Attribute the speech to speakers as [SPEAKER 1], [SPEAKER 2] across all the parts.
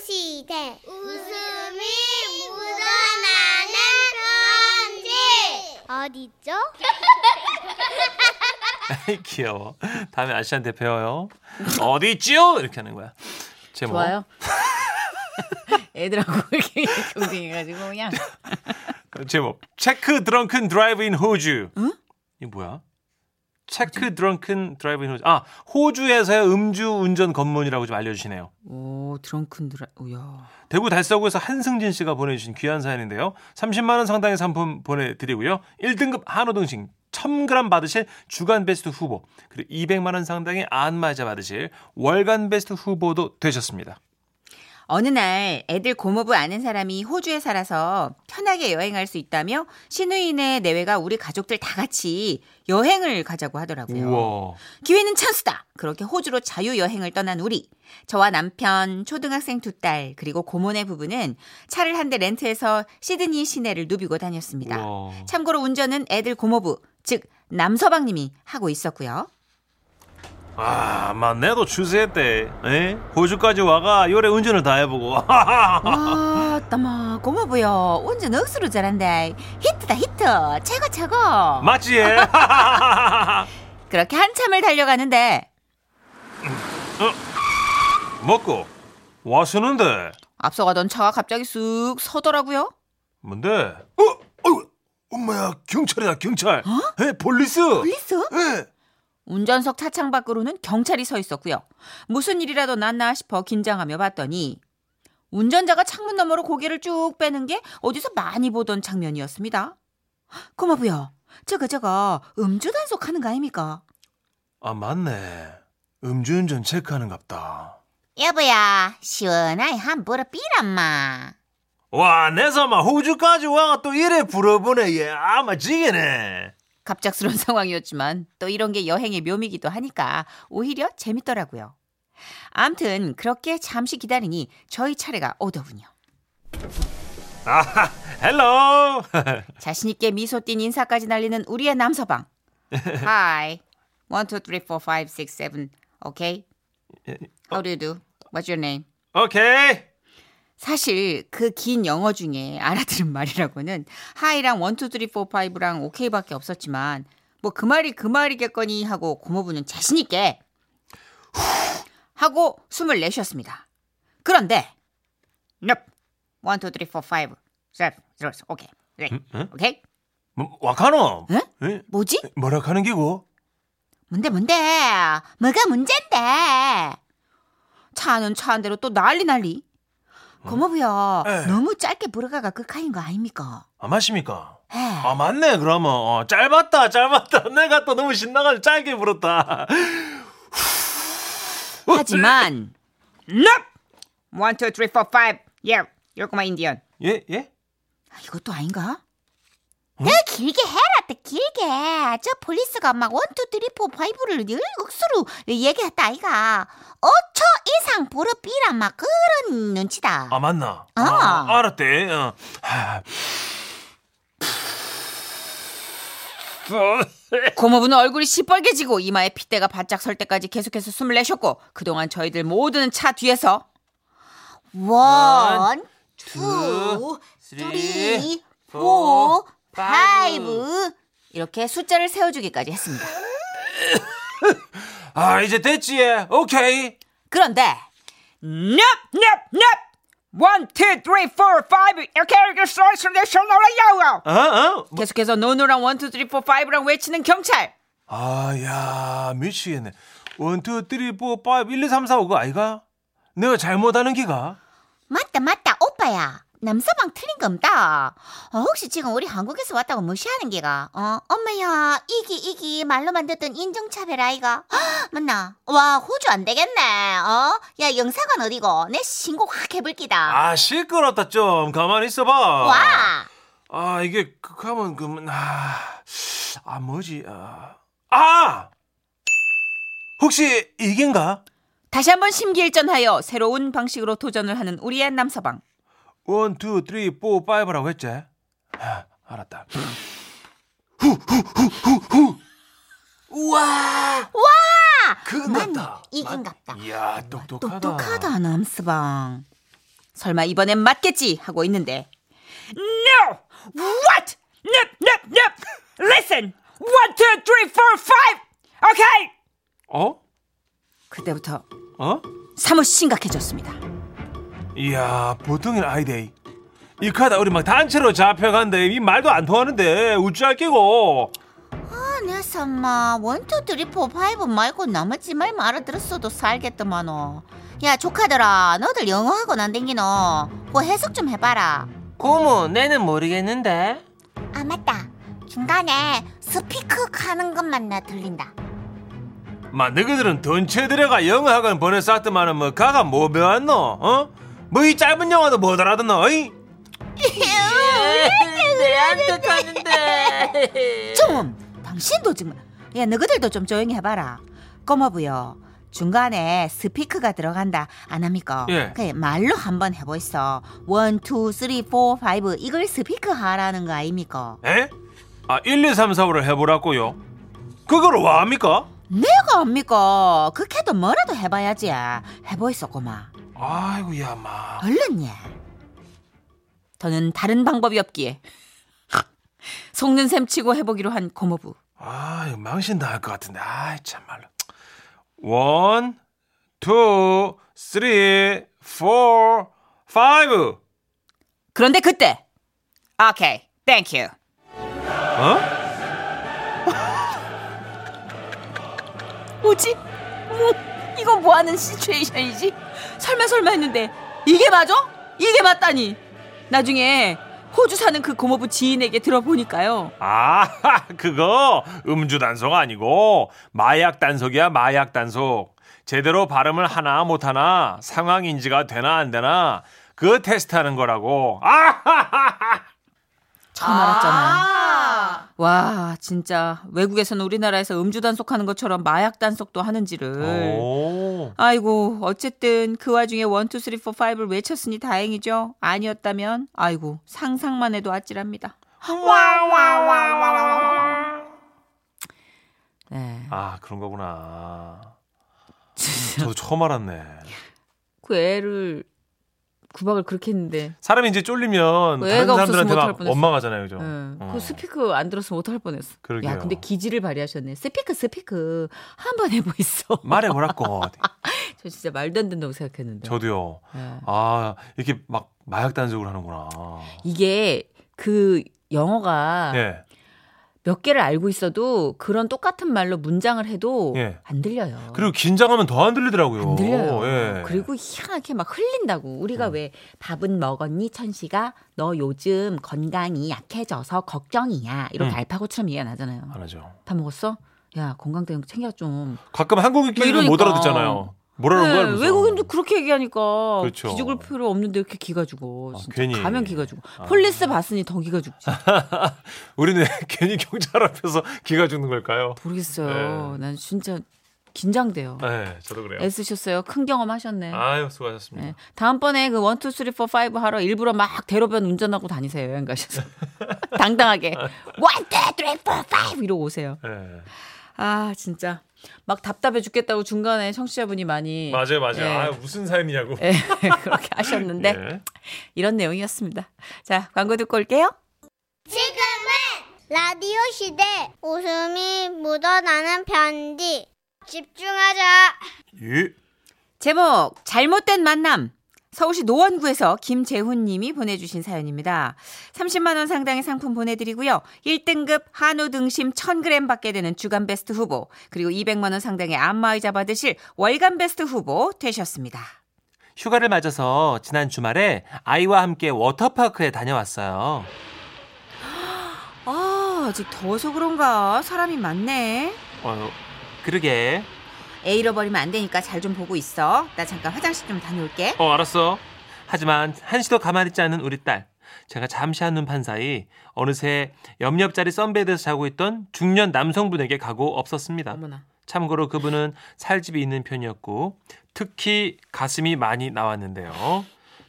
[SPEAKER 1] 시대 웃음이 묻어나는 편지 어디죠?
[SPEAKER 2] 아이, 귀여워. 다음에 아저씨한테 배워요. 어디 있지요? 이렇게 하는 거야. 제목.
[SPEAKER 3] 좋아요. 어? 애들하고 이렇게 경쟁해가지고 그냥
[SPEAKER 2] 제목. 체크 드렁큰 드라이브 인 호주. 응? 이게 뭐야? 체크 드렁큰 드라이브 인 호주. 아, 호주에서의 음주 운전 검문이라고 좀 알려주시네요.
[SPEAKER 3] 오 드렁큰 드라 우야
[SPEAKER 2] 대구 달서구에서 한승진 씨가 보내주신 귀한 사연인데요. 30만 원 상당의 상품 보내드리고요. 1등급 한우 등심 1000g 받으실 주간 베스트 후보 그리고 200만 원 상당의 안마자 받으실 월간 베스트 후보도 되셨습니다.
[SPEAKER 3] 어느 날 애들 고모부 아는 사람이 호주에 살아서 편하게 여행할 수 있다며 신우인의 내외가 우리 가족들 다 같이 여행을 가자고 하더라고요.
[SPEAKER 2] 우와.
[SPEAKER 3] 기회는 찬스다. 그렇게 호주로 자유 여행을 떠난 우리. 저와 남편, 초등학생 두 딸, 그리고 고모네 부부는 차를 한 대 렌트해서 시드니 시내를 누비고 다녔습니다.
[SPEAKER 2] 우와.
[SPEAKER 3] 참고로 운전은 애들 고모부, 즉 남서방님이 하고 있었고요.
[SPEAKER 2] 아, 맞네도 추세 때 에? 호주까지 와가 요래 운전을 다 해보고
[SPEAKER 3] 와, 따마 고모부요. 운전 억수로 잘한다. 히트다 히트. 최고 최고.
[SPEAKER 2] 맞지? 예?
[SPEAKER 3] 그렇게 한참을 달려가는데
[SPEAKER 2] 먹고 왔었는데
[SPEAKER 3] 앞서가던 차가 갑자기 쑥 서더라고요.
[SPEAKER 2] 뭔데? 어, 어, 엄마야 경찰이다 경찰. 에 어? 폴리스.
[SPEAKER 3] 블리스?
[SPEAKER 2] 에.
[SPEAKER 3] 운전석 차창 밖으로는 경찰이 서 있었고요. 무슨 일이라도 났나 싶어 긴장하며 봤더니 운전자가 창문 너머로 고개를 쭉 빼는 게 어디서 많이 보던 장면이었습니다. 고모부요. 저거 저거 음주 단속하는 거 아닙니까?
[SPEAKER 2] 아 맞네. 음주운전 체크하는갑다.
[SPEAKER 1] 여보야 시원하게 한 보러 삐란마
[SPEAKER 2] 와, 내서 막 호주까지 와가 또 이래 불어보네. 얘 아마 지겠네.
[SPEAKER 3] 갑작스러운 상황이었지만 또 이런 게 여행의 묘미기도 하니까 오히려 재밌더라고요. 암튼 그렇게 잠시 기다리니 저희 차례가 오더군요.
[SPEAKER 2] 아하, 헬로.
[SPEAKER 3] 자신 있게 미소 띤 인사까지 날리는 우리의 남서방. Hi. 1 2 3 4 5 6 7. Okay. How do you do? What's your name?
[SPEAKER 2] 오케이.
[SPEAKER 3] 사실 그 긴 영어 중에 알아들은 말이라고는 하이랑 원투 쓰리 포 파이브랑 오케이밖에 없었지만 뭐 그 말이 그 말이겠거니 하고 고모부는 자신 있게 하고 숨을 내쉬었습니다. 그런데 넵. 원투 쓰리 포 파이브. 셋. 들어. 오케이. 네.
[SPEAKER 2] 응?
[SPEAKER 3] 오케이.
[SPEAKER 2] 뭐, 와카노.
[SPEAKER 3] 응?
[SPEAKER 2] 에?
[SPEAKER 3] 뭐지?
[SPEAKER 2] 뭐라 하는 기고?
[SPEAKER 3] 뭔데 뭔데? 뭐가 문제인데? 차는 차한 대로 또 난리 난리.
[SPEAKER 2] 어?
[SPEAKER 3] 고모부요.
[SPEAKER 2] 에이.
[SPEAKER 3] 너무 짧게 부르가가 극한인 거 아닙니까? 예.
[SPEAKER 2] 아 맞습니까?
[SPEAKER 3] 에.
[SPEAKER 2] 아 맞네. 그러면 어, 짧았다, 짧았다. 내가 또 너무 신나가지고 짧게 불었다. 뭐,
[SPEAKER 3] 하지만
[SPEAKER 2] 네.
[SPEAKER 3] 넵! 1 2 3 4 5. Yeah. You're my Indian.
[SPEAKER 2] 예, 예?
[SPEAKER 3] 아, 이것도 아닌가?
[SPEAKER 2] 어?
[SPEAKER 1] 너 길게 해라 또 길게 저 폴리스가 막 원투 쓰리 포 파이브를 늘 억수로 얘기했다 아이가 5초 이상 보러 삐란마 그런 눈치다
[SPEAKER 2] 아 맞나?
[SPEAKER 1] 아.
[SPEAKER 2] 알았대. 어. 하.
[SPEAKER 3] 고모부는 얼굴이 시뻘개지고 이마에 핏대가 바짝 설 때까지 계속해서 숨을 내셨고 그동안 저희들 모두는 차 뒤에서
[SPEAKER 1] 원,
[SPEAKER 2] 투,
[SPEAKER 1] 투,
[SPEAKER 2] 쓰리,
[SPEAKER 1] 쓰리,
[SPEAKER 2] 포,
[SPEAKER 1] 포,
[SPEAKER 2] 파이브.
[SPEAKER 1] 파이브.
[SPEAKER 3] 이렇게 숫자를 세워주기까지 했습니다.
[SPEAKER 2] 아 이제 됐지. 예. 오케이.
[SPEAKER 3] 그런데 넵! 넵! 넵! 1, 2, 3, 4, 5 이렇게 이렇게 서울시내션 올라요
[SPEAKER 2] 어, 어?
[SPEAKER 3] 계속해서 노노랑 1, 2, 3, 4, 5랑 외치는 경찰
[SPEAKER 2] 아, 야, 미치겠네. 원, 투, 쓰리, 포, 파이브, 일, 이, 삼, 사, 오, 그 아이가? 내가 잘못하는 기가?
[SPEAKER 1] 맞다 맞다 오빠야 남서방 틀린 겁니다 어, 혹시 지금 우리 한국에서 왔다고 무시하는 게가 어 엄마야 이기 이기 말로만 듣던 인종차별 아이가 헉, 맞나 와 호주 안 되겠네 어야 영사관 어디고 내 신고 확 해볼 기다
[SPEAKER 2] 아, 시끄럽다, 좀. 가만히 있어봐.
[SPEAKER 1] 와
[SPEAKER 2] 아, 이게, 그, 하면, 그, 면 아, 아, 뭐지, 아. 아! 혹시, 이긴가?
[SPEAKER 3] 다시 한번 심기일전하여 새로운 방식으로 도전을 하는 우리의 남서방
[SPEAKER 2] 원, 투, 쓰리, 포, 파이브라고 했지? 아, 알았다. 후, 후, 후, 후, 후! 우와! 와! 그건 맞다.
[SPEAKER 1] 이긴갑다.
[SPEAKER 2] 이야, 똑똑하다.
[SPEAKER 3] 똑똑하다 남서방 설마 이번엔 맞겠지 하고 있는데 No! What? Nope, nope, nope. Listen. One, two, three, four, five. Okay.
[SPEAKER 2] 어?
[SPEAKER 3] 그때부터
[SPEAKER 2] 어?
[SPEAKER 3] 사뭇 심각해졌습니다.
[SPEAKER 2] 이야 보통인 아이데이 이카다 우리 막 단체로 잡혀간데 이 말도 안 통하는데 우쭈할 끼고
[SPEAKER 1] 아, 내 삼마 원투 쓰리 포 파이브 말고 나머지 말만 알아들었어도 살겠더만어. 야 조카들아, 너들 영어 학원 안 댕기노? 그거 해석 좀 해봐라.
[SPEAKER 4] 고모, 내는 모르겠는데.
[SPEAKER 1] 아 맞다. 중간에 스피크 하는 것만 나 들린다.
[SPEAKER 2] 마 너희들은 던체 들어가 영어학원 보내쌌더만은 뭐 가가 뭐 배웠노 어? 뭐 이 짧은 영화도 못 알아듣노 어이?
[SPEAKER 4] 내한테 가는데.
[SPEAKER 3] 좀 당신도 좀. 야 너희들도 좀 조용히 해봐라. 꼬마부요. 중간에 스피크가 들어간다 안 합니까?
[SPEAKER 2] 예.
[SPEAKER 3] 그 말로 한번 해보이소. 원, 투, 쓰리, 포, 파이브 이걸 스피크 하라는 거 아닙니까?
[SPEAKER 2] 에? 아 1, 2, 3, 4호를 해보라고요 그걸 왜 합니까?
[SPEAKER 3] 내가 압니까? 그렇게도 뭐라도 해봐야지. 해보이소 꼬마.
[SPEAKER 2] 아이고야 마
[SPEAKER 3] 얼른 예. 더는 다른 방법이 없기에 속는 셈 치고 해보기로 한 고모부.
[SPEAKER 2] 아, 이거 망신 당할 것 같은데. 아이, 참말로. 원, 투, 쓰리, 포, 파이브.
[SPEAKER 3] 그런데 그때 오케이, 땡큐.
[SPEAKER 2] 어?
[SPEAKER 3] 뭐지? 뭐 이건 뭐하는 시츄에이션이지? 설마 설마 했는데 이게 맞아? 이게 맞다니. 나중에 호주 사는 그 고모부 지인에게 들어보니까요.
[SPEAKER 2] 아, 그거 음주 단속 아니고 마약 단속이야, 마약 단속. 제대로 발음을 하나 못 하나 상황 인지가 되나 안 되나 그 테스트하는 거라고. 아,
[SPEAKER 3] 처음 알았잖아요. 와 진짜 외국에서는 우리나라에서 음주 단속하는 것처럼 마약 단속도 하는지를.
[SPEAKER 2] 어. 오.
[SPEAKER 3] 아이고 어쨌든 그 와중에 원투 쓰리 포 파이브를 외쳤으니 다행이죠. 아니었다면 아이고 상상만 해도 아찔합니다. 네.
[SPEAKER 2] 아, 그런 거구나. 저도 처음 알았네.
[SPEAKER 3] 그 애를 구박을 그렇게 했는데
[SPEAKER 2] 사람이 이제 쫄리면
[SPEAKER 3] 그
[SPEAKER 2] 다른
[SPEAKER 3] 애가 없어서
[SPEAKER 2] 사람들한테
[SPEAKER 3] 못할
[SPEAKER 2] 막
[SPEAKER 3] 뻔했어.
[SPEAKER 2] 원망하잖아요, 그죠?
[SPEAKER 3] 예,
[SPEAKER 2] 어.
[SPEAKER 3] 그 스피크 안 들었으면 못할 뻔했어.
[SPEAKER 2] 그러게요.
[SPEAKER 3] 야 근데 기지를 발휘하셨네. 스피크 스피크 한번 해보이소.
[SPEAKER 2] 말해보라고.
[SPEAKER 3] 네. 저 진짜 말도 안 된다고 생각했는데.
[SPEAKER 2] 저도요.
[SPEAKER 3] 예.
[SPEAKER 2] 아 이렇게 막 마약 단속을 하는구나.
[SPEAKER 3] 아. 이게 그 영어가
[SPEAKER 2] 예.
[SPEAKER 3] 몇 개를 알고 있어도 그런 똑같은 말로 문장을 해도
[SPEAKER 2] 예.
[SPEAKER 3] 안 들려요.
[SPEAKER 2] 그리고 긴장하면 더 안 들리더라고요.
[SPEAKER 3] 안 들려요.
[SPEAKER 2] 예.
[SPEAKER 3] 그리고 희한하게 막 흘린다고. 우리가
[SPEAKER 2] 음.
[SPEAKER 3] 왜 밥은 먹었니 천식아? 너 요즘 건강이 약해져서 걱정이야. 이렇게
[SPEAKER 2] 음.
[SPEAKER 3] 알파고처럼 이해가 나잖아요.
[SPEAKER 2] 안 하죠.
[SPEAKER 3] 밥 먹었어? 야 건강 좀 챙겨 좀.
[SPEAKER 2] 가끔 한국인끼리는 못
[SPEAKER 3] 이러니까.
[SPEAKER 2] 알아듣잖아요. 뭐라는 거야?
[SPEAKER 3] 네,
[SPEAKER 2] 이러면서.
[SPEAKER 3] 외국인도 그렇게 얘기하니까
[SPEAKER 2] 그렇죠.
[SPEAKER 3] 기죽을 필요 없는데 이렇게 기가 죽어.
[SPEAKER 2] 아,
[SPEAKER 3] 진짜
[SPEAKER 2] 괜히.
[SPEAKER 3] 가면 기가 죽어.
[SPEAKER 2] 아.
[SPEAKER 3] 폴리스 봤으니 더 기가 죽지.
[SPEAKER 2] 우리는 괜히 경찰 앞에서 기가 죽는 걸까요?
[SPEAKER 3] 모르겠어요.
[SPEAKER 2] 네.
[SPEAKER 3] 난 진짜 긴장돼요.
[SPEAKER 2] 네, 저도 그래요.
[SPEAKER 3] 애쓰셨어요. 큰 경험 하셨네.
[SPEAKER 2] 아유 수고하셨습니다.
[SPEAKER 3] 네. 다음번에 그 원, 투, 쓰리, 포, 파이브 하러 일부러 막 대로변 운전하고 다니세요. 여행 가셔서. 당당하게. 원, 투, 쓰리, 포, 파이브 이러고 오세요.
[SPEAKER 2] 예.
[SPEAKER 3] 아, 진짜. 막 답답해 죽겠다고 중간에 청취자분이 많이.
[SPEAKER 2] 맞아요, 맞아요.
[SPEAKER 3] 예.
[SPEAKER 2] 아유, 무슨 사연이냐고.
[SPEAKER 3] 예, 그렇게 하셨는데.
[SPEAKER 2] 예.
[SPEAKER 3] 이런 내용이었습니다. 자, 광고 듣고 올게요.
[SPEAKER 5] 라디오 시대 웃음이 묻어나는 편지 집중하자
[SPEAKER 2] 예.
[SPEAKER 3] 제목, 잘못된 만남. 서울시 노원구에서 김재훈 님이 보내주신 사연입니다. 30만원 상당의 상품 보내드리고요. 1등급 한우 등심 1000g 받게 되는 주간 베스트 후보, 그리고 200만원 상당의 안마의자 받으실 월간 베스트 후보 되셨습니다.
[SPEAKER 2] 휴가를 맞아서 지난 주말에 아이와 함께 워터파크에 다녀왔어요.
[SPEAKER 3] 아, 아직 더워서 그런가? 사람이 많네.
[SPEAKER 2] 어, 그러게.
[SPEAKER 3] 애 잃어버리면 안 되니까 잘 좀 보고 있어. 나 잠깐 화장실 좀 다녀올게.
[SPEAKER 2] 어, 알았어. 하지만 한시도 가만히 있지 않은 우리 딸. 제가 잠시 한눈 판 사이 어느새 옆옆자리 썬베드에서 자고 있던 중년 남성분에게 가고 없었습니다.
[SPEAKER 3] 어머나.
[SPEAKER 2] 참고로 그분은 살집이 있는 편이었고 특히 가슴이 많이 나왔는데요.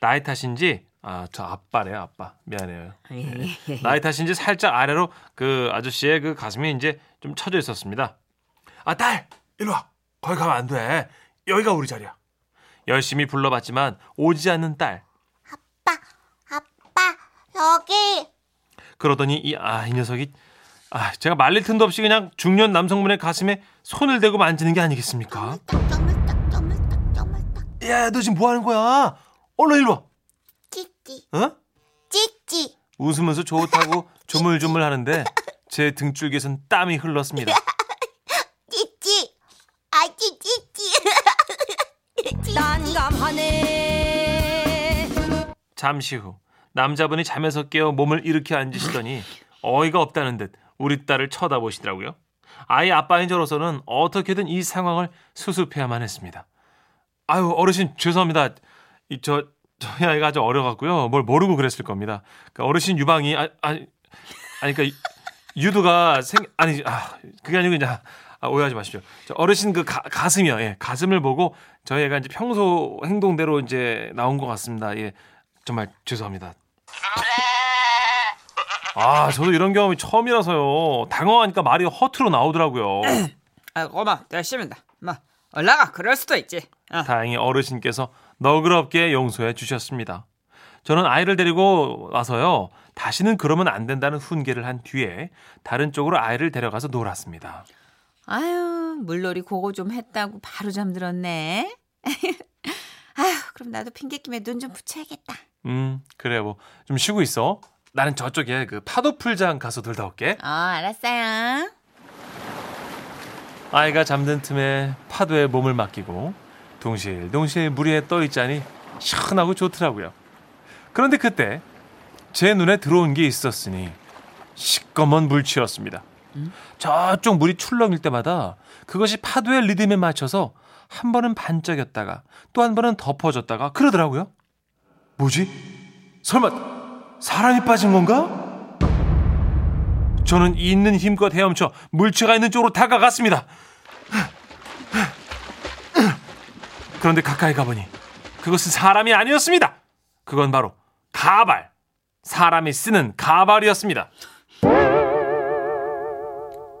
[SPEAKER 2] 나이 탓인지 아, 저 아빠래요, 아빠. 미안해요.
[SPEAKER 3] 예,
[SPEAKER 2] 나이 탓인지 살짝 아래로 그 아저씨의 그 가슴이 이제 좀 처져 있었습니다. 아, 딸! 일로 와! 거기 가면 안 돼. 여기가 우리 자리야. 열심히 불러봤지만 오지 않는 딸.
[SPEAKER 5] 저기
[SPEAKER 2] 그러더니 이 아 이 녀석이 아 제가 말릴 틈도 없이 그냥 중년 남성분의 가슴에 손을 대고 만지는 게 아니겠습니까?
[SPEAKER 1] 정말딱 정말딱 정말딱
[SPEAKER 2] 야, 너 지금 뭐 하는 거야? 얼른 일로
[SPEAKER 5] 찌찌
[SPEAKER 2] 와. 어?
[SPEAKER 5] 찌찌
[SPEAKER 2] 웃으면서 좋다고 조물조물 하는데 제 등줄기에선 땀이 흘렀습니다.
[SPEAKER 5] 찌찌 아 찌찌찌
[SPEAKER 2] 잠시 후 남자분이 잠에서 깨어 몸을 일으켜 앉으시더니 어이가 없다는 듯 우리 딸을 쳐다보시더라고요. 아이 아빠인 저로서는 어떻게든 이 상황을 수습해야만 했습니다. 아유 어르신 죄송합니다. 이, 저 저희 아이가 아주 어려갖고요. 뭘 모르고 그랬을 겁니다. 그러니까 어르신 유방이 아, 아, 아니 그러니까 이- 유두가 생 아니 아 그게 아니고 그냥 아, 오해하지 마십시오. 저 어르신 그 가, 가슴이요. 예, 가슴을 보고 저희 애가 이제 평소 행동대로 이제 나온 것 같습니다. 예, 정말 죄송합니다. 아, 저도 이런 경험이 처음이라서요. 당황하니까 말이 허투루 나오더라고요.
[SPEAKER 3] 아, 고마, 열심입니다. 막 올라가, 그럴 수도 있지. 어.
[SPEAKER 2] 다행히 어르신께서 너그럽게 용서해 주셨습니다. 저는 아이를 데리고 와서요. 다시는 그러면 안 된다는 훈계를 한 뒤에 다른 쪽으로 아이를 데려가서 놀았습니다.
[SPEAKER 3] 아유, 물놀이 그거 좀 했다고 바로 잠들었네. 아유, 그럼 나도 핑계김에 눈 좀 붙여야겠다.
[SPEAKER 2] 음, 그래 뭐 좀 쉬고 있어. 나는 저쪽에 그 파도 풀장 가서 놀다 올게.
[SPEAKER 3] 어, 알았어요.
[SPEAKER 2] 아이가 잠든 틈에 파도에 몸을 맡기고 동실동실 물 위에 떠 있자니 시원하고 좋더라고요. 그런데 그때 제 눈에 들어온 게 있었으니 시꺼먼 물체였습니다. 저쪽 물이 출렁일 때마다 그것이 파도의 리듬에 맞춰서 한 번은 반짝였다가 또 한 번은 덮어졌다가 그러더라고요. 뭐지? 설마 사람이 빠진 건가? 저는 있는 힘껏 헤엄쳐 물체가 있는 쪽으로 다가갔습니다. 그런데 가까이 가보니 그것은 사람이 아니었습니다. 그건 바로 가발. 사람이 쓰는 가발이었습니다.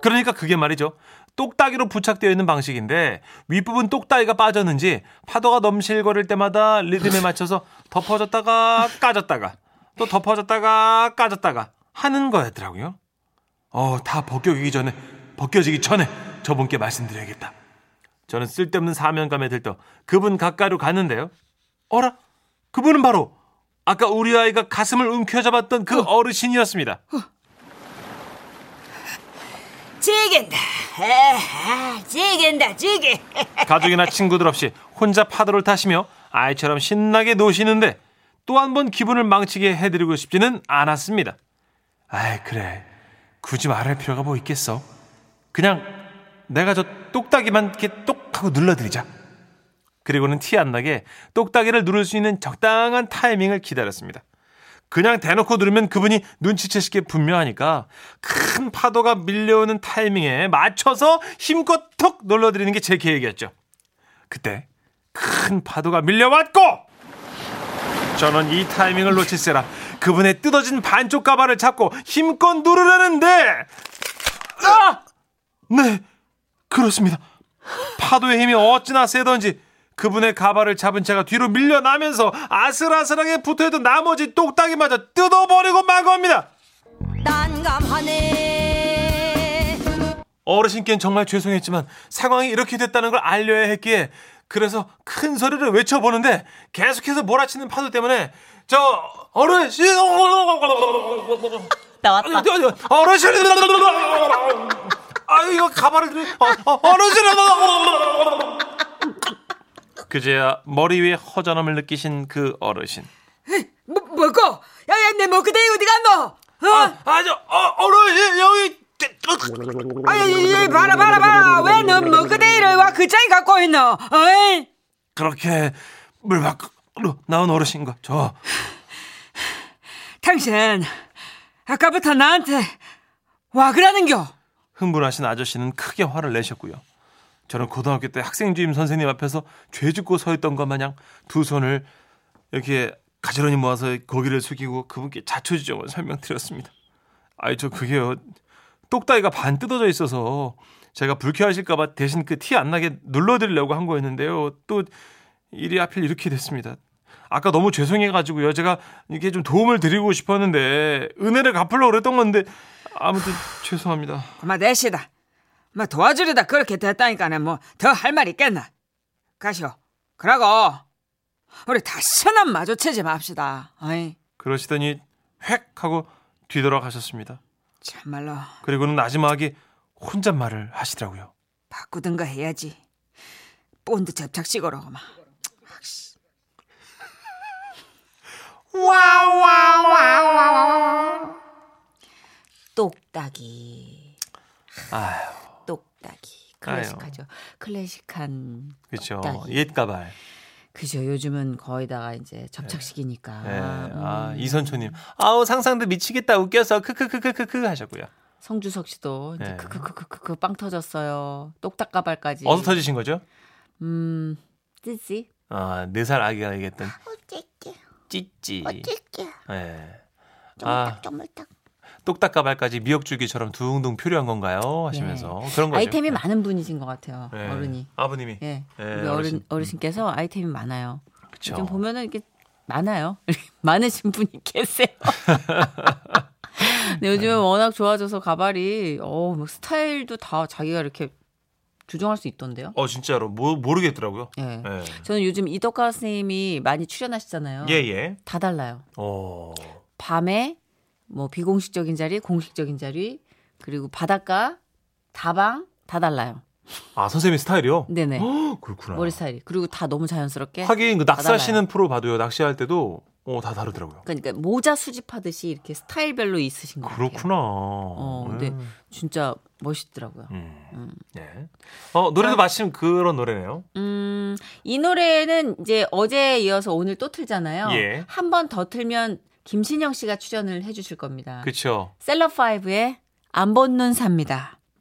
[SPEAKER 2] 그러니까 그게 말이죠. 똑딱이로 부착되어 있는 방식인데 윗부분 똑딱이가 빠졌는지 파도가 넘실거릴 때마다 리듬에 맞춰서 덮어졌다가 까졌다가 또 덮어졌다가 까졌다가 하는 거였더라고요. 어, 다 벗겨지기 전에 벗겨지기 전에 저분께 말씀드려야겠다. 저는 쓸데없는 사명감에 들떠 그분 가까이로 갔는데요. 어라? 그분은 바로 아까 우리 아이가 가슴을 움켜잡았던 그 어. 르신이었습니다
[SPEAKER 3] 지긴다. 에하, 지긴다, 지기.
[SPEAKER 2] 가족이나 친구들 없이 혼자 파도를 타시며 아이처럼 신나게 노시는데 또 한 번 기분을 망치게 해드리고 싶지는 않았습니다. 아이 그래 굳이 말할 필요가 뭐 있겠어. 그냥 내가 저 똑딱이만 이렇게 똑 하고 눌러드리자. 그리고는 티 안 나게 똑딱이를 누를 수 있는 적당한 타이밍을 기다렸습니다. 그냥 대놓고 누르면 그분이 눈치채시게 분명하니까 큰 파도가 밀려오는 타이밍에 맞춰서 힘껏 톡 눌러드리는 게 제 계획이었죠. 그때 큰 파도가 밀려왔고 저는 이 타이밍을 놓칠세라 그분의 뜯어진 반쪽 가발을 잡고 힘껏 누르려는데 아! 네 그렇습니다. 파도의 힘이 어찌나 세던지 그분의 가발을 잡은 채가 뒤로 밀려나면서 아슬아슬하게 붙어있던 나머지 똑딱이마저 뜯어버리고 만 겁니다. 어르신께는 정말 죄송했지만 상황이 이렇게 됐다는 걸 알려야 했기에 그래서 큰 소리를 외쳐보는데 계속해서 몰아치는 파도 때문에 저 어르신
[SPEAKER 3] 나왔다.
[SPEAKER 2] 어르신 아 이거 가발을 어, 어, 어르신 그제야 머리 위에 허전함을 느끼신 그 어르신
[SPEAKER 3] 뭐, 뭐고? 야, 야, 내 먹그대 어디 갔노? 어?
[SPEAKER 2] 아저 어, 어르신 여기
[SPEAKER 3] 아, 야, 야, 야, 봐라, 봐라, 봐라. 왜넌 먹그대를 와 그자리 갖고 있노? 어이?
[SPEAKER 2] 그렇게 물 밖으로 나온 어르신과 저
[SPEAKER 3] 당신, 아까부터 나한테 와 그러는겨?
[SPEAKER 2] 흥분하신 아저씨는 크게 화를 내셨고요. 저는 고등학교 때 학생 주임 선생님 앞에서 죄짓고 서 있던 것 마냥 두 손을 이렇게 가지런히 모아서 고개를 숙이고 그분께 자초지종을 설명드렸습니다. 아이 저 그게요. 똑딱이가 반 뜯어져 있어서 제가 불쾌하실까봐 대신 그 티 안 나게 눌러드리려고 한 거였는데요. 또 일이 하필 이렇게 됐습니다. 아까 너무 죄송해가지고요. 제가 이렇게 좀 도움을 드리고 싶었는데 은혜를 갚으려고 그랬던 건데 아무튼 죄송합니다.
[SPEAKER 6] 그만 내시다. 뭐 도와주려다 그렇게 됐다니까는 뭐 더 할 말 있겠나. 가시오. 그러고 우리 다시는 마주치지 맙시다. 어이
[SPEAKER 2] 그러시더니 획 하고 뒤돌아가셨습니다.
[SPEAKER 6] 참말로
[SPEAKER 2] 그리고는 마지막에 혼잣말을 하시더라고요.
[SPEAKER 6] 바꾸든가 해야지. 본드 접착식으로 막.
[SPEAKER 3] 똑딱이.
[SPEAKER 2] 아휴,
[SPEAKER 3] 똑딱이. 클래식하죠. 클래식한.
[SPEAKER 2] 그렇죠.
[SPEAKER 3] 똑딱이.
[SPEAKER 2] 옛 가발.
[SPEAKER 3] 그죠. 요즘은 거의 다 이제 접착식이니까.
[SPEAKER 2] 예. 아,
[SPEAKER 3] 음.
[SPEAKER 2] 이선초님. 아우 상상도 미치겠다 웃겨서 크크크크크크 하셨고요.
[SPEAKER 6] 예.
[SPEAKER 3] 성주석 씨도 이제
[SPEAKER 2] 예.
[SPEAKER 3] 크크크크크크 그, 빵 터졌어요. 똑딱 가발까지.
[SPEAKER 2] 어디서 터지신 거죠?
[SPEAKER 3] 음. 찌찌.
[SPEAKER 2] 아, 네 살 아기가 얘기했던
[SPEAKER 5] 어찌게
[SPEAKER 2] 찌찌.
[SPEAKER 5] 어찌게
[SPEAKER 2] 예. 아,
[SPEAKER 5] 쪼물딱 쪼물딱
[SPEAKER 2] 똑딱 가발까지 미역줄기처럼 둥둥 필요한 건가요? 하시면서 그런 거죠.
[SPEAKER 3] 네. 아이템이
[SPEAKER 2] 예.
[SPEAKER 3] 많은 분이신 것 같아요.
[SPEAKER 2] 예.
[SPEAKER 3] 어른이.
[SPEAKER 2] 아버님이.
[SPEAKER 3] 예.
[SPEAKER 2] 예,
[SPEAKER 3] 우리 어른
[SPEAKER 2] 어르신.
[SPEAKER 3] 어르신께서 아이템이 많아요.
[SPEAKER 2] 그쵸.
[SPEAKER 3] 요즘 보면은 이렇게 많아요. 많으신 분이 계세요. 근데
[SPEAKER 2] 네.
[SPEAKER 3] 요즘은 워낙 좋아져서 가발이 어, 막 스타일도 다 자기가 이렇게 조정할 수 있던데요.
[SPEAKER 2] 어 진짜로 모, 모르겠더라고요.
[SPEAKER 3] 예.
[SPEAKER 2] 예.
[SPEAKER 3] 저는 요즘 이덕화 선생님이 많이 출연하시잖아요.
[SPEAKER 2] 예, 예.
[SPEAKER 3] 다 달라요.
[SPEAKER 2] 어.
[SPEAKER 3] 밤에 뭐 비공식적인 자리, 공식적인 자리, 그리고 바닷가, 다방 다 달라요.
[SPEAKER 2] 아, 선생님 스타일이요?
[SPEAKER 3] 네네.
[SPEAKER 2] 헉, 그렇구나.
[SPEAKER 3] 머리 스타일이. 그리고 다 너무 자연스럽게.
[SPEAKER 2] 하긴 그
[SPEAKER 3] 달라요.
[SPEAKER 2] 낚시하시는 프로 봐도요. 낚시할 때도 어, 다 다르더라고요.
[SPEAKER 3] 그러니까 모자 수집하듯이 이렇게 스타일별로 있으신 것 같아요.
[SPEAKER 2] 그렇구나.
[SPEAKER 3] 네. 어,
[SPEAKER 2] 음.
[SPEAKER 3] 근데 진짜 멋있더라고요.
[SPEAKER 2] 음.
[SPEAKER 3] 음. 아.
[SPEAKER 2] 예. 어, 노래도 마침 그런 노래네요.
[SPEAKER 3] 음, 이 노래는 이제 어제에 이어서 오늘 또 틀잖아요.
[SPEAKER 2] 예.
[SPEAKER 3] 한 번 더 틀면
[SPEAKER 2] 그
[SPEAKER 3] 김신영 씨가 출연을 해주실 겁니다.
[SPEAKER 2] 그렇죠.
[SPEAKER 3] 셀럽5의 안 본 눈 삽니다.